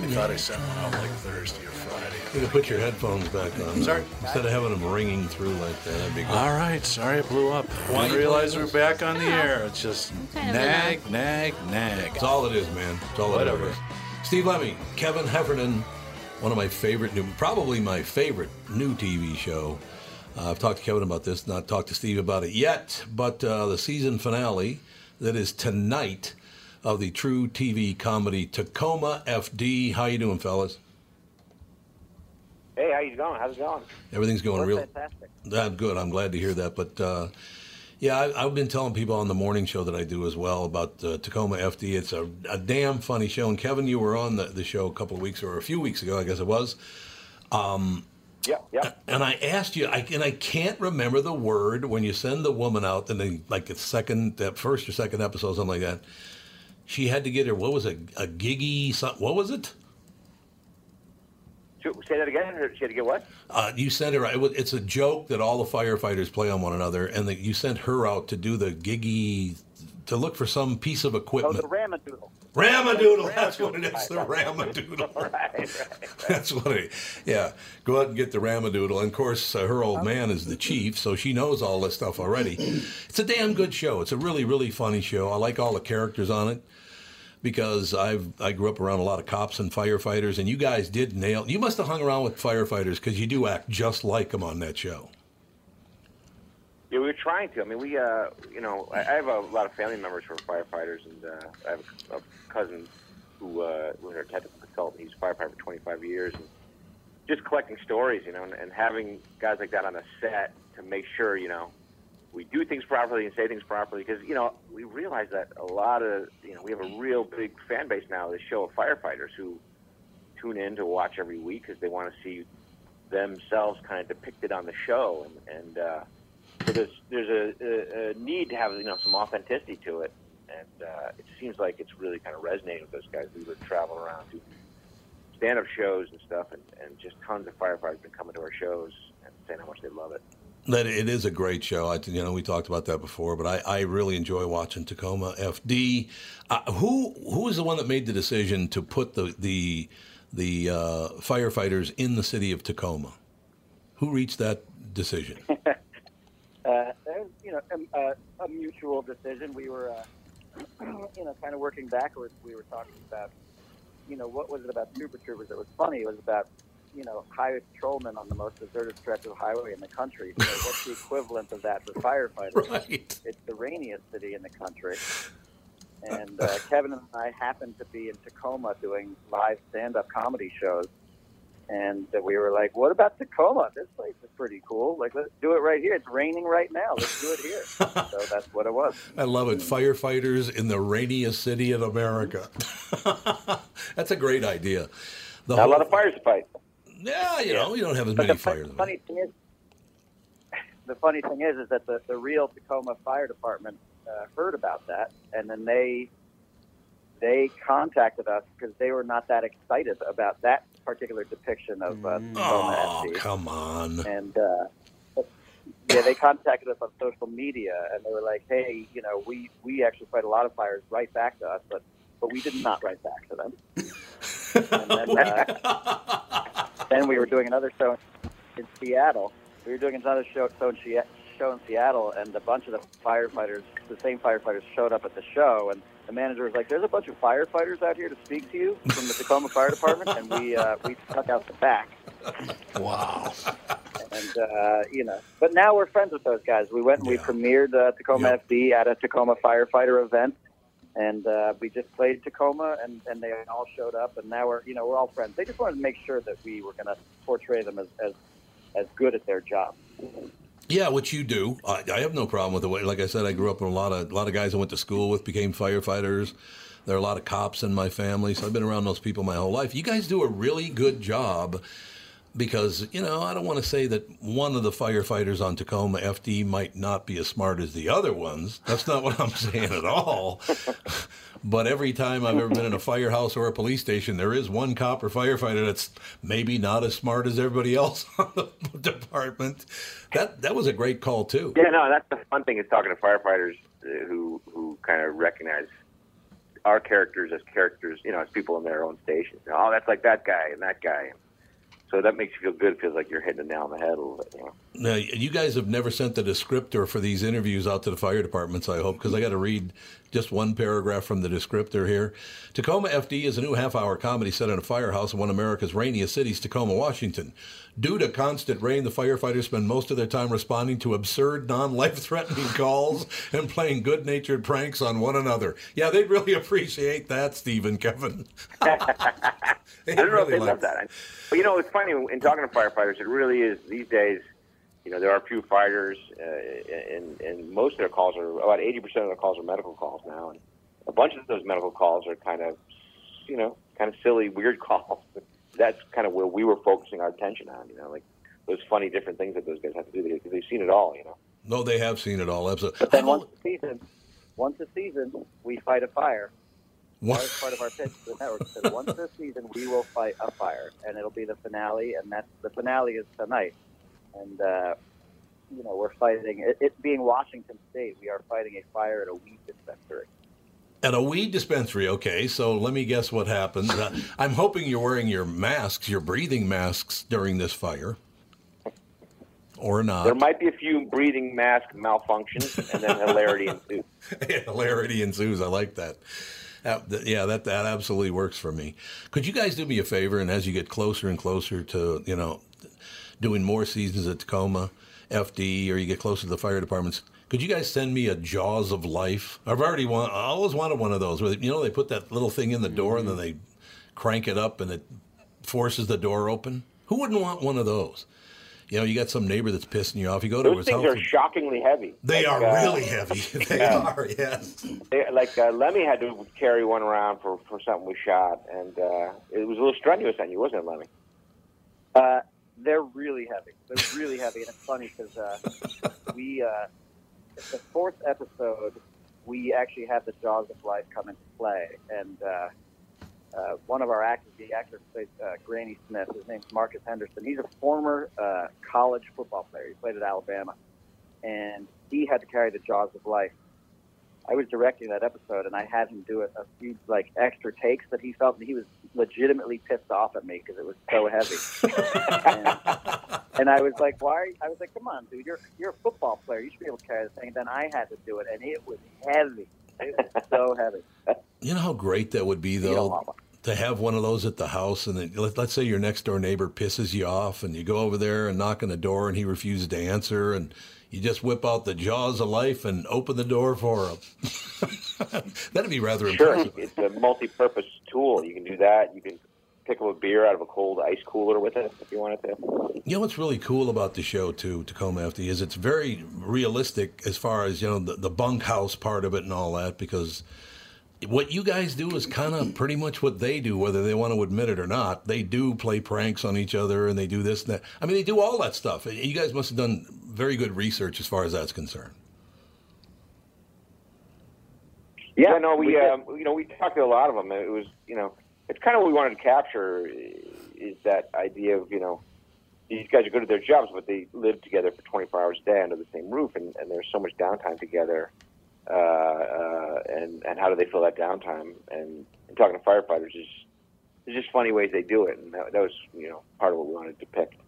I thought I sent one out like Thursday or Friday. You can put your headphones back on. Sorry? Instead of having them ringing through like that, that'd be good. All right, sorry it blew up. Why I you realize playing we're this? back on the air. It's just kind of nag, nag, nag. It's all it is, man. It's all Whatever. it is. Steve Lemmy, Kevin Heffernan, one of my favorite new, probably my favorite new TV show. Uh, I've talked to Kevin about this, not talked to Steve about it yet, but uh, the season finale that is tonight of the true TV comedy Tacoma FD. How you doing, fellas? Hey, how you going? How's it going? Everything's going We're real. fantastic. That's good. I'm glad to hear that. But uh, yeah, I, I've been telling people on the morning show that I do as well about uh, Tacoma FD. It's a, a damn funny show. And Kevin, you were on the, the show a couple of weeks or a few weeks ago, I guess it was. Um, yeah, yeah. And I asked you, I, and I can't remember the word when you send the woman out, and then like the second, that first or second episode, something like that. She had to get her. What was it? A giggy? some- What was it? Shoot, Say that again. She had to get what? Uh, you sent her. It was, it's a joke that all the firefighters play on one another, and that you sent her out to do the giggy, to look for some piece of Oh, equipment. the Ramadoodle. Ramadoodle. That's what it is. The (laughs) Ramadoodle. right, right. (laughs) (laughs) That's what it. Yeah, go out and get the Ramadoodle. And of course, uh, her old man is the chief, so she knows all this stuff already. It's a damn good show. It's a really, really funny show. I like all the characters on it because I've I grew up around a lot of cops and firefighters, and you guys did nail. You must have hung around with firefighters because you do act just like them on that show. Yeah, we were trying to. I mean, we, uh, you know, I, I have a lot of family members who are firefighters, and uh, I have a, a cousin who uh, was our technical consultant. He's a firefighter for 25 years, and just collecting stories, you know, and, and having guys like that on a set to make sure, you know, we do things properly and say things properly. Because you know, we realize that a lot of, you know, we have a real big fan base now. of This show of firefighters who tune in to watch every week because they want to see themselves kind of depicted on the show, and and. Uh, so there's there's a, a, a need to have you know some authenticity to it, and uh, it seems like it's really kind of resonating with those guys. We would travel around doing stand-up shows and stuff, and, and just tons of firefighters been coming to our shows and saying how much they love it. That it is a great show. I, you know, we talked about that before, but I, I really enjoy watching Tacoma FD. Uh, who who is the one that made the decision to put the the the uh, firefighters in the city of Tacoma? Who reached that (laughs) decision? uh, it was, you know, um, uh, a mutual decision. We were, uh, (clears throat) you know, kind of working backwards. We were talking about, you know, what was it about Super Troopers that was funny? It was about, you know, highest patrolmen on the most deserted stretch of highway in the country. So what's the equivalent of that for firefighters? (laughs) Right. It's the rainiest city in the country. And uh, Kevin and I happened to be in Tacoma doing live stand-up comedy shows. And uh, we were like, what about Tacoma? This place is pretty cool. Like, let's do it right here. It's raining right now. Let's do it (laughs) here. so that's what it was. I love it. Firefighters in the rainiest city in America. (laughs) That's a great idea. The Not a lot whole- of fires to fight. Yeah, you know, you don't have as But many the fu- fires. Funny thing is, the funny thing is, is that the, the real Tacoma Fire Department uh, heard about that, and then they they contacted us because they were not that excited about that particular depiction of uh, Tacoma. Oh, come on. And uh, but- yeah, they contacted us on social media, and they were like, "Hey, you know, we we actually fight a lot of fires. Write back to us, but but we did not write back to them." and then, uh, then we were doing another show in Seattle. We were doing another show, show, in, Shea- show in Seattle, and a bunch of the firefighters, the same firefighters, showed up at the show. And the manager was like, "There's a bunch of firefighters out here to speak to you from the Tacoma Fire Department," and we uh, we stuck out the back. Wow. And uh, you know, but now we're friends with those guys. We went and we premiered uh, Tacoma FD at a Tacoma firefighter event, and uh, we just played Tacoma, and, and they all showed up, and now we're you know we're all friends. They just wanted to make sure that we were going to portray them as, as as good at their job. Yeah, what you do, I, I have no problem with the way. Like I said, I grew up with a lot of a lot of guys I went to school with became firefighters. There are a lot of cops in my family, so I've been around those people my whole life. You guys do a really good job because you know I don't want to say that one of the firefighters on Tacoma FD might not be as smart as the other ones. That's not what I'm (laughs) saying at all. But every time I've ever been in a firehouse or a police station, there is one cop or firefighter that's maybe not as smart as everybody else (laughs) on the department. That that was a great call too. Yeah, no, that's the fun thing is talking to firefighters uh, who who kind of recognize our characters as characters, you know, as people in their own stations. You know, oh, that's like that guy and that guy. So that makes you feel good. It feels like you're hitting the nail on the head a little bit. You know? Now, you guys have never sent the descriptor for these interviews out to the fire departments, I hope, because I got to read just one paragraph from the descriptor here. Tacoma FD is a new half hour comedy set in a firehouse in one of America's rainiest cities, Tacoma, Washington. Due to constant rain, the firefighters spend most of their time responding to absurd, non life threatening (laughs) calls and playing good natured pranks on one another. Yeah, they'd really (laughs) appreciate that, Steve and Kevin. (laughs) I don't know if really they like- love that. But you know, it's funny in talking to firefighters. It really is these days. You know, there are few fighters, uh, and and most of their calls are about eighty percent of their calls are medical calls now, and a bunch of those medical calls are kind of, you know, kind of silly, weird (laughs) calls. That's kind of where we were focusing our attention on. You know, like those funny different things that those guys have to do. They, they've seen it all. You know. No, they have seen it all. Absolutely. Then once a season, once a season, we fight a fire. That was part of our pitch to the network. That once this season, we will fight a fire, and it'll be the finale. And that's the finale is tonight. And uh, you know, we're fighting it, it being Washington State. We are fighting a fire at a weed dispensary. At a weed dispensary, okay. So let me guess what happened. Uh, I'm hoping you're wearing your masks, your breathing masks during this fire, or there not. might be a few breathing mask malfunctions, and then hilarity (laughs) ensues. (laughs) Hilarity ensues. I like that. Uh, th- yeah, that that absolutely works for me. Could you guys do me a favor? And as you get closer and closer to you know doing more seasons at Tacoma FD, or you get closer to the fire departments. Could you guys send me a Jaws of Life? I've already want, I always wanted one of those. Where they, you know they put that little thing in the door and then Mm-hmm. they crank it up and it forces the door open. Who wouldn't want one of those? You know, you got some neighbor that's pissing you off. You go to Those his things house. are shockingly heavy. They Like, are uh, really heavy. (laughs) They yeah. are, yes. They, like uh, Lemmy had to carry one around for, for something we shot, and uh, it was a little strenuous on you, wasn't it, Lemmy? Uh, they're really heavy. They're really heavy, and it's funny because uh, we, uh, it's the fourth episode, we actually have the Jaws of Life come into play, and uh, uh, one of our actors, the actor who plays uh, Granny Smith, his name's Marcus Henderson. He's a former uh, college football player. He played at Alabama, and he had to carry the jaws of life. I was directing that episode, and I had him do a, a few like extra takes that he felt, and he was legitimately pissed off at me because it was so heavy. and, and I was like, "Why?" Are you, I was like, "Come on, dude, you're you're a football player. You should be able to carry the thing." Then I had to do it, and it was heavy. It was so heavy. You know how great that would be, though, to have one of those at the house, and then, let, let's say your next door neighbor pisses you off, and you go over there and knock on the door, and he refuses to answer, and you just whip out the jaws of life and open the door for him. (laughs) That'd be rather Sure, impressive. it's a multi-purpose tool. You can do that. You can pick up a beer out of a cold ice cooler with it if you wanted to. You know what's really cool about the show too, Tacoma FD, is it's very realistic as far as you know the, the bunkhouse part of it and all that because what you guys do is kind of pretty much what they do, whether they want to admit it or not. They do play pranks on each other and they do this and that. I mean, they do all that stuff. You guys must have done very good research as far as that's concerned. Yeah, no, we, um, you know we talked to a lot of them. It was you know it's kind of what we wanted to capture is that idea of you know these guys are good at their jobs, but they live together for 24 hours a day under the same roof, and, and there's so much downtime together. Uh, uh, and and how do they fill that downtime? And, and talking to firefighters is there's just funny ways they do it, and that, that was you know part of what we wanted to pick.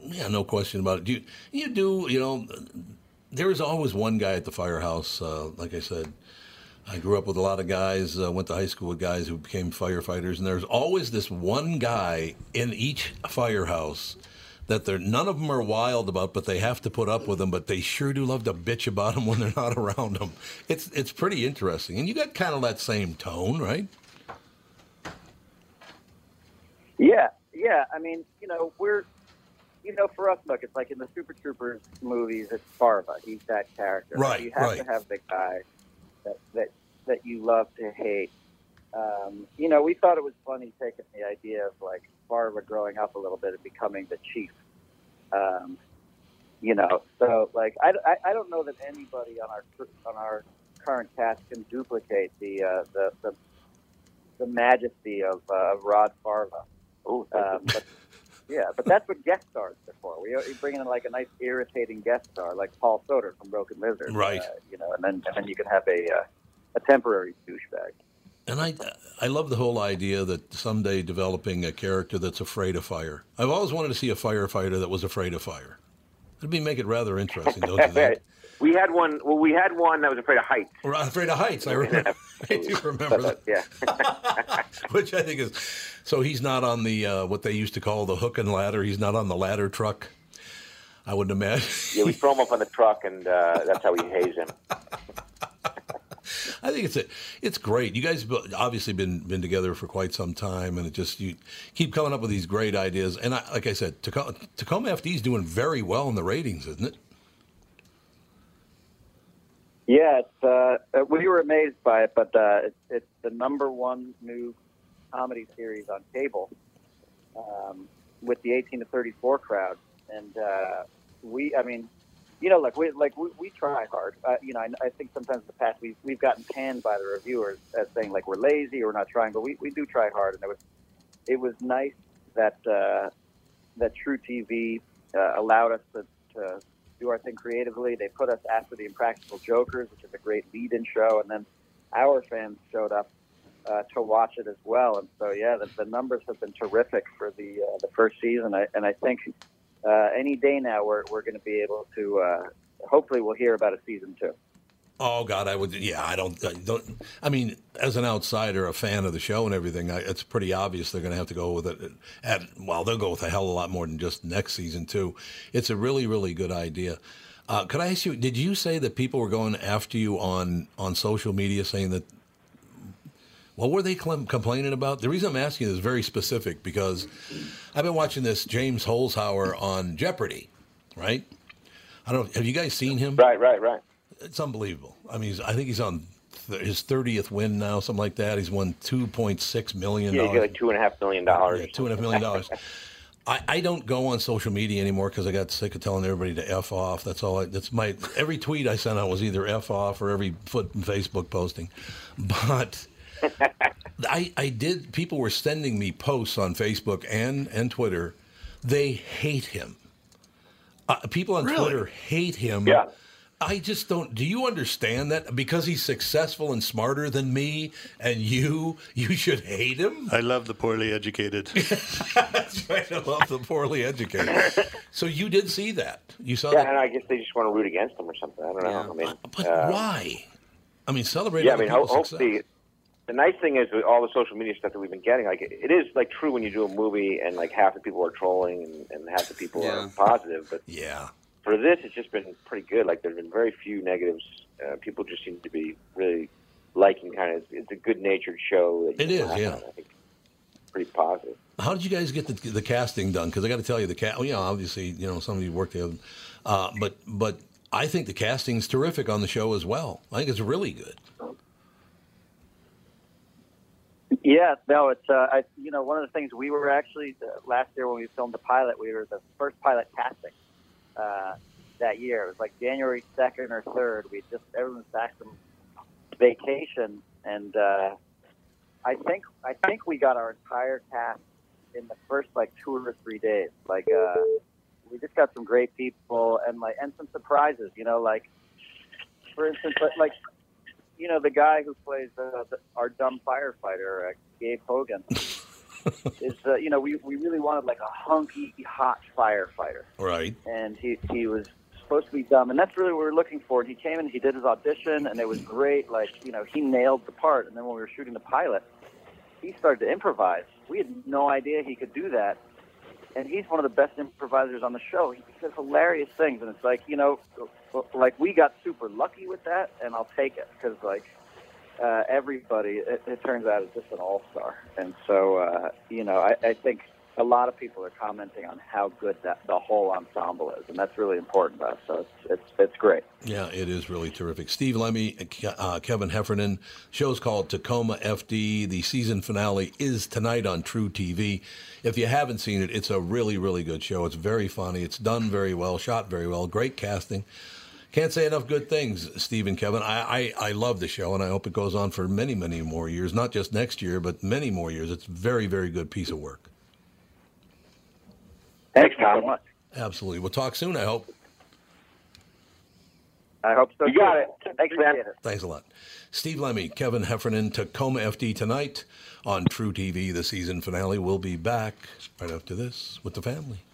Yeah, no question about it. Do you, you do, you know, there is always one guy at the firehouse. Uh, like I said, I grew up with a lot of guys, uh, went to high school with guys who became firefighters, and there's always this one guy in each firehouse that they're none of them are wild about, but they have to put up with them. But they sure do love to bitch about them when they're not (laughs) around them. It's it's pretty interesting, and you got kind of that same tone, right? Yeah, yeah. I mean, you know, we're, you know, for us, look, it's like in the Super Troopers movies, it's Farva. He's that character. Right, You have to right. have the guy that that that you love to hate. Um, you know, we thought it was funny taking the idea of like Farva growing up a little bit and becoming the chief. Um, you know, so like I, I, I don't know that anybody on our on our current cast can duplicate the uh, the, the the majesty of uh, of Rod Farva. Oh, um, but, yeah, but that's what guest stars are for. We we bring in like a nice irritating guest star, like Paul Soder from Broken Lizard, Right. Uh, you know, and then and then you can have a uh, a temporary douchebag. And I, I love the whole idea that someday developing a character that's afraid of fire. I've always wanted to see a firefighter that was afraid of fire. It'd be make it rather interesting, don't (laughs) you think? we had one. Well, we had one that was afraid of heights. We're afraid of heights. I remember. (laughs) I do remember that. uh, yeah. Which I think is. So he's not on the uh, what they used to call the hook and ladder. He's not on the ladder truck. I wouldn't imagine. (laughs) Yeah, we throw him up on the truck, and uh, that's how we haze him. I think it's a, it's great. You guys have obviously been been together for quite some time, and it just you keep coming up with these great ideas. And I, like I said, Tacoma, Tacoma FD is doing very well in the ratings, isn't it? Yeah, it's, uh, we were amazed by it, but uh, it's, it's the number one new comedy series on cable um, with the 18 to 34 crowd. And uh, we, I mean, you know, like we like we, we try hard. Uh, you know, I, I think sometimes in the past we've we've gotten panned by the reviewers as saying like we're lazy or we're not trying, but we, we do try hard. And it was it was nice that uh, that True TV uh, allowed us to, to do our thing creatively. They put us after the Impractical Jokers, which is a great lead-in show, and then our fans showed up uh, to watch it as well. And so, yeah, the, the numbers have been terrific for the uh, the first season. I, and I think uh, any day now we're we're going to be able to. Uh, hopefully, we'll hear about a season two. Oh God, I would. Yeah, I don't. I don't. I mean, as an outsider, a fan of the show and everything, I, it's pretty obvious they're going to have to go with it. And well, they'll go with a hell of a lot more than just next season too. It's a really, really good idea. Uh, could I ask you? Did you say that people were going after you on on social media saying that? What were they clem- complaining about? The reason I'm asking is very specific because I've been watching this James Holzhauer on Jeopardy, right? I don't. Have you guys seen him? Right, right, right. It's unbelievable. I mean, he's, I think he's on th- his thirtieth win now, something like that. He's won two point six million Yeah, you get dollars. like two and a half million dollars. Yeah, two and a half million dollars. (laughs) I, I don't go on social media anymore because I got sick of telling everybody to f off. That's all. I, that's my every tweet I sent out was either f off or every foot and Facebook posting. But I, I did. People were sending me posts on Facebook and, and Twitter. They hate him. Uh, people on Really? Twitter hate him. Yeah. I just don't. Do you understand that? Because he's successful and smarter than me and you, you should hate him? I love the poorly educated. (laughs) That's right. I love the poorly educated. So you did see that. You saw yeah, that. and I guess they just want to root against him or something. I don't know. I mean, But uh, why? I mean, celebrate. Yeah, I other mean, ho- people's success. hopefully, the nice thing is with all the social media stuff that we've been getting, like it, it is like true when you do a movie and like half the people are trolling and, and half the people Yeah. are positive. But yeah, for this, it's just been pretty good. Like there've been very few negatives. Uh, people just seem to be really liking kind of. It's a good-natured show. That It you is, can laugh yeah. at. I think pretty positive. How did you guys get the, the casting done? Because I got to tell you, the cat. Well, yeah, obviously, you know, some of you worked there, uh, but but I think the casting's terrific on the show as well. I think it's really good. Yeah, no, it's uh, I, you know one of the things we were actually uh, last year when we filmed the pilot, we were the first pilot casting uh, that year. It was like January second or third. We just everyone's back from vacation, and uh, I think I think we got our entire cast in the first like two or three days. Like uh, we just got some great people and like and some surprises. You know, like for instance, like, like you know, the guy who plays uh, the, our dumb firefighter, uh, Gabe Hogan, is uh, you know we, we really wanted like a hunky hot firefighter, Right. and he he was supposed to be dumb, and that's really what we were looking for. And he came in, he did his audition, and it was great. Like you know, he nailed the part. And then when we were shooting the pilot, he started to improvise. We had no idea he could do that. And he's one of the best improvisers on the show. He says hilarious things, and it's like you know, like we got super lucky with that, and I'll take it because like uh, everybody, it, it turns out, is just an all star. And so, uh, you know, I, I think a lot of people are commenting on how good that the whole ensemble is, and that's really important to us. So it's it's, it's great. Yeah, it is really terrific. Steve Lemmy, uh, Kevin Heffernan. Show's called Tacoma FD. The season finale is tonight on True TV. If you haven't seen it, it's a really, really good show. It's very funny. It's done very well, shot very well, great casting. Can't say enough good things, Steve and Kevin. I, I, I love the show, and I hope it goes on for many, many more years. Not just next year, but many more years. It's a very, very good piece of work. Thanks, Tom. Absolutely. We'll talk soon, I hope. I hope so. You got it. Thanks, man. Thanks a lot. Steve Lemmy, Kevin Heffernan, Tacoma FD tonight on True TV. The season finale. We'll be back right after this with the family.